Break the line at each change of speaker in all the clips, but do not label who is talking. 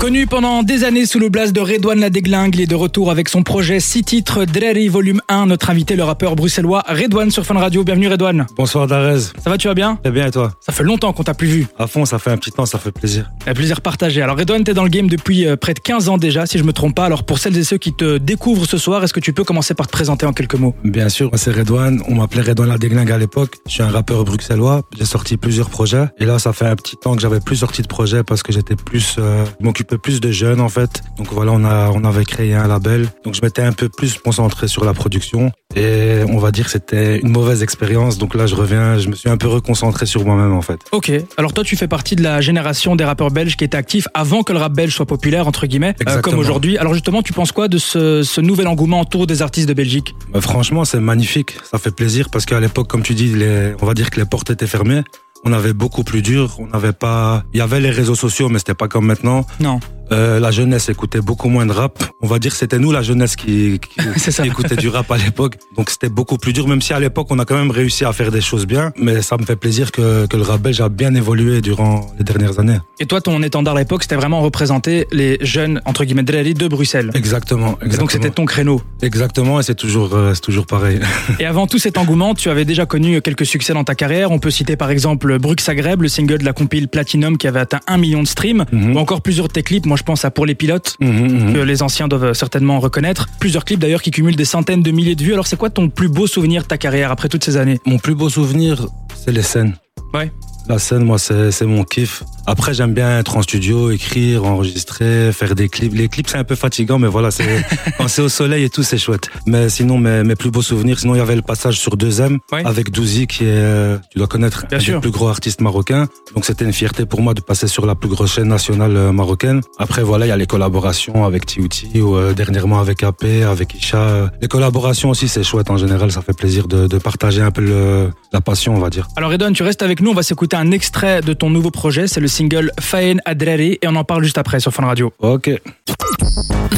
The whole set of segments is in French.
Connu pendant des années sous le blast de Redouane la Déglingue, il est de retour avec son projet 6 titres Drery Volume 1. Notre invité, le rappeur bruxellois Redouane sur Fun Radio. Bienvenue Redouane.
Bonsoir Darez.
Ça va, tu vas bien
Très bien et toi
Ça fait longtemps qu'on t'a plus vu.
À fond, ça fait un petit temps, ça fait plaisir.
Un plaisir partagé. Alors Redouane, t'es dans le game depuis euh, près de 15 ans déjà, si je me trompe pas. Alors pour celles et ceux qui te découvrent ce soir, est-ce que tu peux commencer par te présenter en quelques mots
Bien sûr, moi, c'est Redouane. On m'appelait Redouane la Déglingue à l'époque. Je suis un rappeur bruxellois. J'ai sorti plusieurs projets. Et là, ça fait un petit temps que j'avais plus sorti de projets parce que j'étais plus, euh, je m'occupais plus de jeunes en fait. Donc voilà, on a, on avait créé un label. Donc je m'étais un peu plus concentré sur la production. Et on va dire que c'était une mauvaise expérience. Donc là, je reviens, je me suis un peu reconcentré sur moi-même en fait.
Ok. Alors toi, tu fais partie de la génération des rappeurs belges qui étaient actifs avant que le rap belge soit populaire, entre guillemets, euh, comme
Exactement.
aujourd'hui. Alors justement, tu penses quoi de ce, ce nouvel engouement autour des artistes de Belgique
Bah, franchement, c'est magnifique. Ça fait plaisir parce qu'à l'époque, comme tu dis, les, on va dire que les portes étaient fermées. On avait beaucoup plus dur. On n'avait pas. Il y avait les réseaux sociaux, mais c'était pas comme maintenant.
Non.
Euh, la jeunesse écoutait beaucoup moins de rap. On va dire que c'était nous la jeunesse qui, qui,
C'est ça.
qui écoutait du rap à l'époque. Donc c'était beaucoup plus dur. Même si à l'époque on a quand même réussi à faire des choses bien, mais ça me fait plaisir que, que le rap belge a bien évolué durant les dernières années.
Et toi, ton étendard à l'époque, c'était vraiment représenter les jeunes, entre guillemets, de la rue de Bruxelles.
Exactement.
Et
exactement.
donc c'était ton créneau.
Exactement. Et c'est toujours, euh, c'est toujours pareil.
Et avant tout cet engouement, tu avais déjà connu quelques succès dans ta carrière. On peut citer par exemple Brux Agreb, le single de la compile Platinum qui avait atteint un million de streams,
Mhm.
ou encore plusieurs de tes clips. Moi, je pense à Pour les pilotes,
Mhm, mhm.
que les anciens doivent certainement reconnaître. Plusieurs clips d'ailleurs qui cumulent des centaines de milliers de vues. Alors, c'est quoi ton plus beau souvenir de ta carrière après toutes ces années
Mon plus beau souvenir, c'est les scènes.
Ouais.
La scène, moi, c'est c'est mon kiff. Après, j'aime bien être en studio, écrire, enregistrer, faire des clips. Les clips, c'est un peu fatigant, mais voilà, c'est quand c'est au soleil et tout, c'est chouette. Mais sinon, mes, mes plus beaux souvenirs, sinon, il y avait le passage sur 2M
Ouais.
avec Douzi, qui est, euh, tu dois connaître,
Bien
un
sûr.
des plus gros artistes marocains. Donc, c'était une fierté pour moi de passer sur la plus grosse chaîne nationale euh, marocaine. Après, voilà, il y a les collaborations avec Tiouti ou euh, dernièrement avec AP, avec Isha. Les collaborations aussi, c'est chouette en général. Ça fait plaisir de, de partager un peu le- la passion, on va dire.
Alors, Edon, tu restes avec nous. On va s'écouter un extrait de ton nouveau projet. C'est le single Faen Adrari et on en parle juste après sur Fun Radio.
Ok.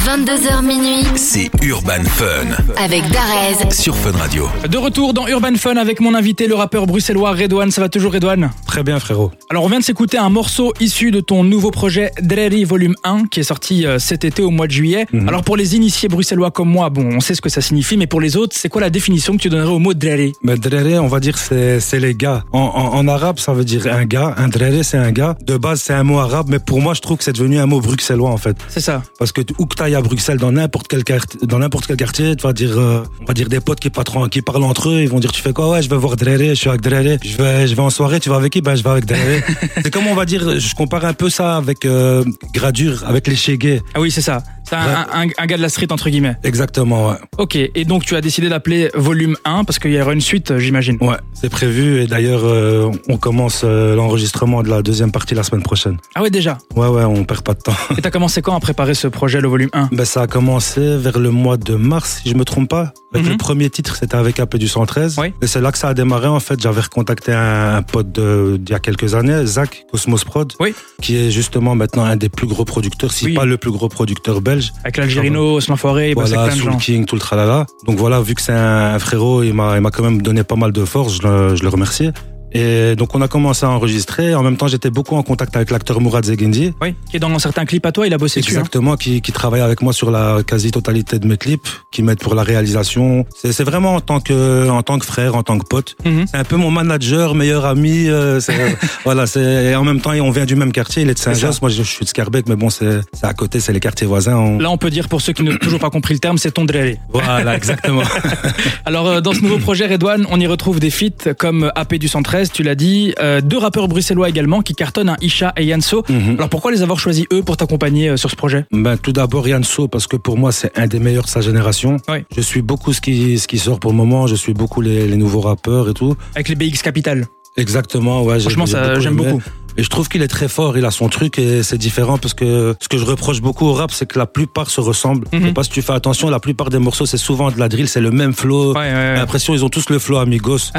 22h minuit
C'est Urban Fun
avec Darez
sur Fun Radio.
De retour dans Urban Fun avec mon invité, le rappeur bruxellois Redouane. Ça va toujours, Redouane
Très bien, frérot.
Alors on vient de s'écouter un morceau issu de ton nouveau projet Drery Volume 1 qui est sorti euh, cet été au mois de juillet.
Mhm.
Alors pour les initiés bruxellois comme moi, bon, on sait ce que ça signifie, mais pour les autres, c'est quoi la définition que tu donnerais au mot Drery
Mais dréré, on va dire, c'est c'est les gars. En, en, en arabe, ça veut dire un gars. Un dréré, c'est un gars. De base, c'est un mot arabe, mais pour moi, je trouve que c'est devenu un mot bruxellois, en fait.
C'est ça.
Parce que t- où que t'ailles à Bruxelles, dans n'importe quel, quart- dans n'importe quel quartier, tu vas dire, euh, on va dire des potes qui, patron, qui parlent entre eux, ils vont dire, tu fais quoi? Ouais, je vais voir dréré, je suis avec dréré. Je vais, je vais en soirée, tu vas avec qui? Ben, je vais avec dréré. c'est comme, on va dire, je compare un peu ça avec euh, Gradure, avec les Chégués.
Ah oui, c'est ça. C'est un, un- un- un gars de la street entre guillemets.
Exactement, ouais.
Ok, et donc tu as décidé d'appeler Volume 1 parce qu'il y aura une suite, euh, j'imagine.
Ouais, c'est prévu. Et d'ailleurs, euh, on commence euh, l'enregistrement de la deuxième partie la semaine prochaine.
Ah ouais déjà.
Ouais, ouais, on perd pas de temps.
Et t'as commencé quand à préparer ce projet, le Volume 1
Ben, ça a commencé vers le mois de mars, si je me trompe pas. Avec
Mhm.
Le premier titre, c'était avec AP du 113.
Oui.
Et c'est là que ça a démarré, en fait. J'avais recontacté un, un pote de- d'il y a quelques années, Zach Cosmos Prod,
Oui.
qui est justement maintenant un des plus gros producteurs, si
Oui.
pas le plus gros producteur belge.
Avec l'Algérino, Slanforé, voilà,
voilà,
ben, plein de
Soul
gens.
King, tout le tralala. Donc voilà, vu que c'est un, un frérot, il m'a, il m'a quand même donné pas mal de force, je le, je le remercie. Et donc on a commencé à enregistrer. En même temps, j'étais beaucoup en contact avec l'acteur Mourad Zegendi.
Oui, qui est dans certains clips à toi, il a bossé dessus. hein.
Exactement, qui, qui travaille avec moi sur la quasi-totalité de mes clips, qui m'aide pour la réalisation. C'est, c'est vraiment en tant que, en tant que frère, en tant que pote.
Mhm.
C'est un peu mon manager, meilleur ami. euh, c'est- voilà, c'est, et en même temps, on vient du même quartier. Il est de Saint-Just. Moi, je, je suis de Scarbeck, mais bon, c'est, c'est à côté, c'est les quartiers voisins. on-
Là, on peut dire pour ceux qui n'ont toujours pas compris le terme, c'est ton Drery.
Voilà, exactement.
Alors euh, dans ce nouveau projet Redouane, on y retrouve des feats comme euh, AP du 113, tu l'as dit, euh, deux rappeurs bruxellois également qui cartonnent, un Isha et Yanso.
Mhm.
Alors pourquoi les avoir choisis eux pour t'accompagner euh, sur ce projet
Ben, tout d'abord, Yann So, parce que pour moi, c'est un des meilleurs de sa génération.
Ouais.
Je suis beaucoup ce qui, ce qui sort pour le moment. Je suis beaucoup les, les nouveaux rappeurs et tout.
avec les BX Capital
Exactement, ouais. j'ai-
Franchement,
j'ai
ça, j'aime
aimé.
beaucoup.
Et je trouve qu'il est très fort. Il a son truc et c'est différent parce que ce que je reproche beaucoup au rap, c'est que la plupart se ressemblent.
Mhm.
Je sais pas si tu fais attention, la plupart des morceaux, c'est souvent de la drill, c'est le même flow.
Ouais, ouais, ouais.
J'ai l'impression ils ont tous le flow amigos.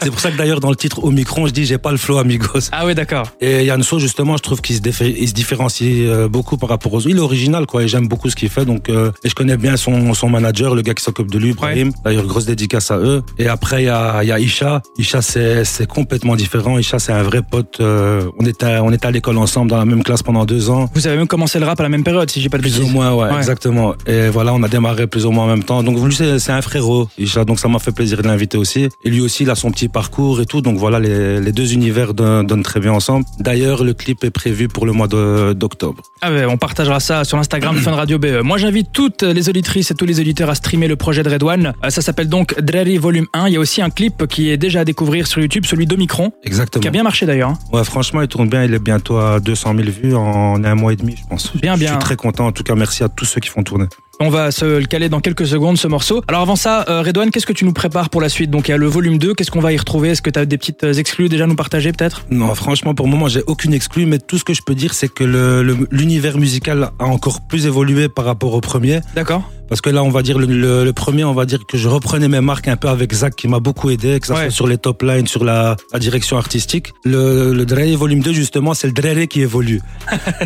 c'est pour ça que d'ailleurs dans le titre Omicron, je dis j'ai pas le flow amigos.
Ah ouais, d'accord.
Et Yanso justement, je trouve qu'il se, défé- il se différencie euh, beaucoup par rapport aux autres. Il est original, quoi, et j'aime beaucoup ce qu'il fait. Donc, euh, et je connais bien son, son manager, le gars qui s'occupe de lui, Brahim. D'ailleurs, grosse dédicace à eux. Et après, il y a, il y a Isha. Isha, c'est c'est complètement différent. Isha, c'est un vrai pote. euh, euh, on était à- on était à l'école ensemble dans la même classe pendant deux ans.
Vous avez même commencé le rap à la même période, si j'ai pas de
Plus ou
bêtises.
moins, ouais,
Ouais.
exactement. Et voilà, on a démarré plus ou moins en même temps. Donc lui, c'est c'est un frérot. Et ça- Donc ça m'a fait plaisir de l'inviter aussi. Et lui aussi, il a son petit parcours et tout. Donc voilà, les, les deux univers don- donnent très bien ensemble. D'ailleurs, le clip est prévu pour le mois de- d'octobre.
Ah ouais, on partagera ça sur l'Instagram Fun Radio BE. E. Moi, j'invite toutes les auditrices et tous les auditeurs à streamer le projet de Redouane. Euh, Ça s'appelle donc Dreary Volume 1. Il y a aussi un clip qui est déjà à découvrir sur YouTube, celui d'Omicron,
Exactement.
qui a bien marché d'ailleurs. hein.
Ouais, franchement, il tourne bien. Il est bientôt à 200 000 vues en un mois et demi, je pense.
Bien,
Je
bien.
suis très content. En tout cas, merci à tous ceux qui font tourner.
On va se le caler dans quelques secondes, ce morceau. Alors avant ça, euh, Redouane, qu'est-ce que tu nous prépares pour la suite Donc il y a le volume 2, qu'est-ce qu'on va y retrouver Est-ce que tu as des petites euh, exclus déjà à nous partager peut-être
Non, franchement, pour le moment, j'ai aucune exclue, mais tout ce que je peux dire, c'est que le- le- l'univers musical a encore plus évolué par rapport au premier.
D'accord
Parce que là, on va dire, le, le- le premier, on va dire que je reprenais mes marques un peu avec Zach, qui m'a beaucoup aidé, que ça
Ouais.
soit sur les top lines, sur la, la direction artistique. Le, le Dréré volume 2, justement, c'est le Dréré qui évolue.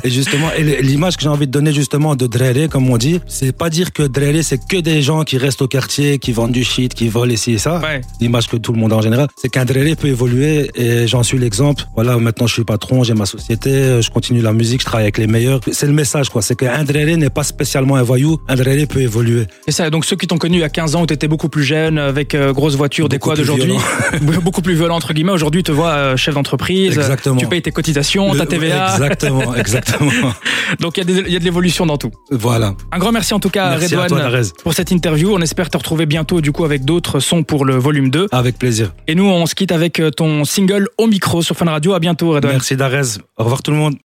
et justement, et l- l'image que j'ai envie de donner, justement, de Dréré, comme on dit, c'est pas dire que Dréré, c'est que des gens qui restent au quartier, qui vendent du shit, qui volent ici et ça
Ouais.
l'image que tout le monde a en général, c'est qu'un dréré peut évoluer et j'en suis l'exemple. Voilà, maintenant je suis patron, j'ai ma société, je continue la musique, je travaille avec les meilleurs. C'est le message quoi, c'est qu'un dréré n'est pas spécialement un voyou, un dréré peut évoluer.
Et ça, donc ceux qui t'ont connu à 15 ans où t'étais beaucoup plus jeune, avec euh, grosse voiture, des
Beaucoup
quads
plus
aujourd'hui, beaucoup plus violent entre guillemets, aujourd'hui te vois euh, chef d'entreprise, euh,
Exactement.
tu payes tes cotisations,
Le-
ta TVA,
Exactement, exactement.
donc il y, a des- il y a de l'évolution dans tout.
voilà.
Un grand merci en tout cas
Merci
à
à toi,
Ah, Redouane
Darez.
pour cette interview, on espère te retrouver bientôt du coup avec d'autres sons pour le volume 2.
Avec plaisir.
Et nous on se quitte avec euh, ton single au micro sur Fun Radio, à bientôt Redouane.
Merci Darez. Au revoir tout le monde.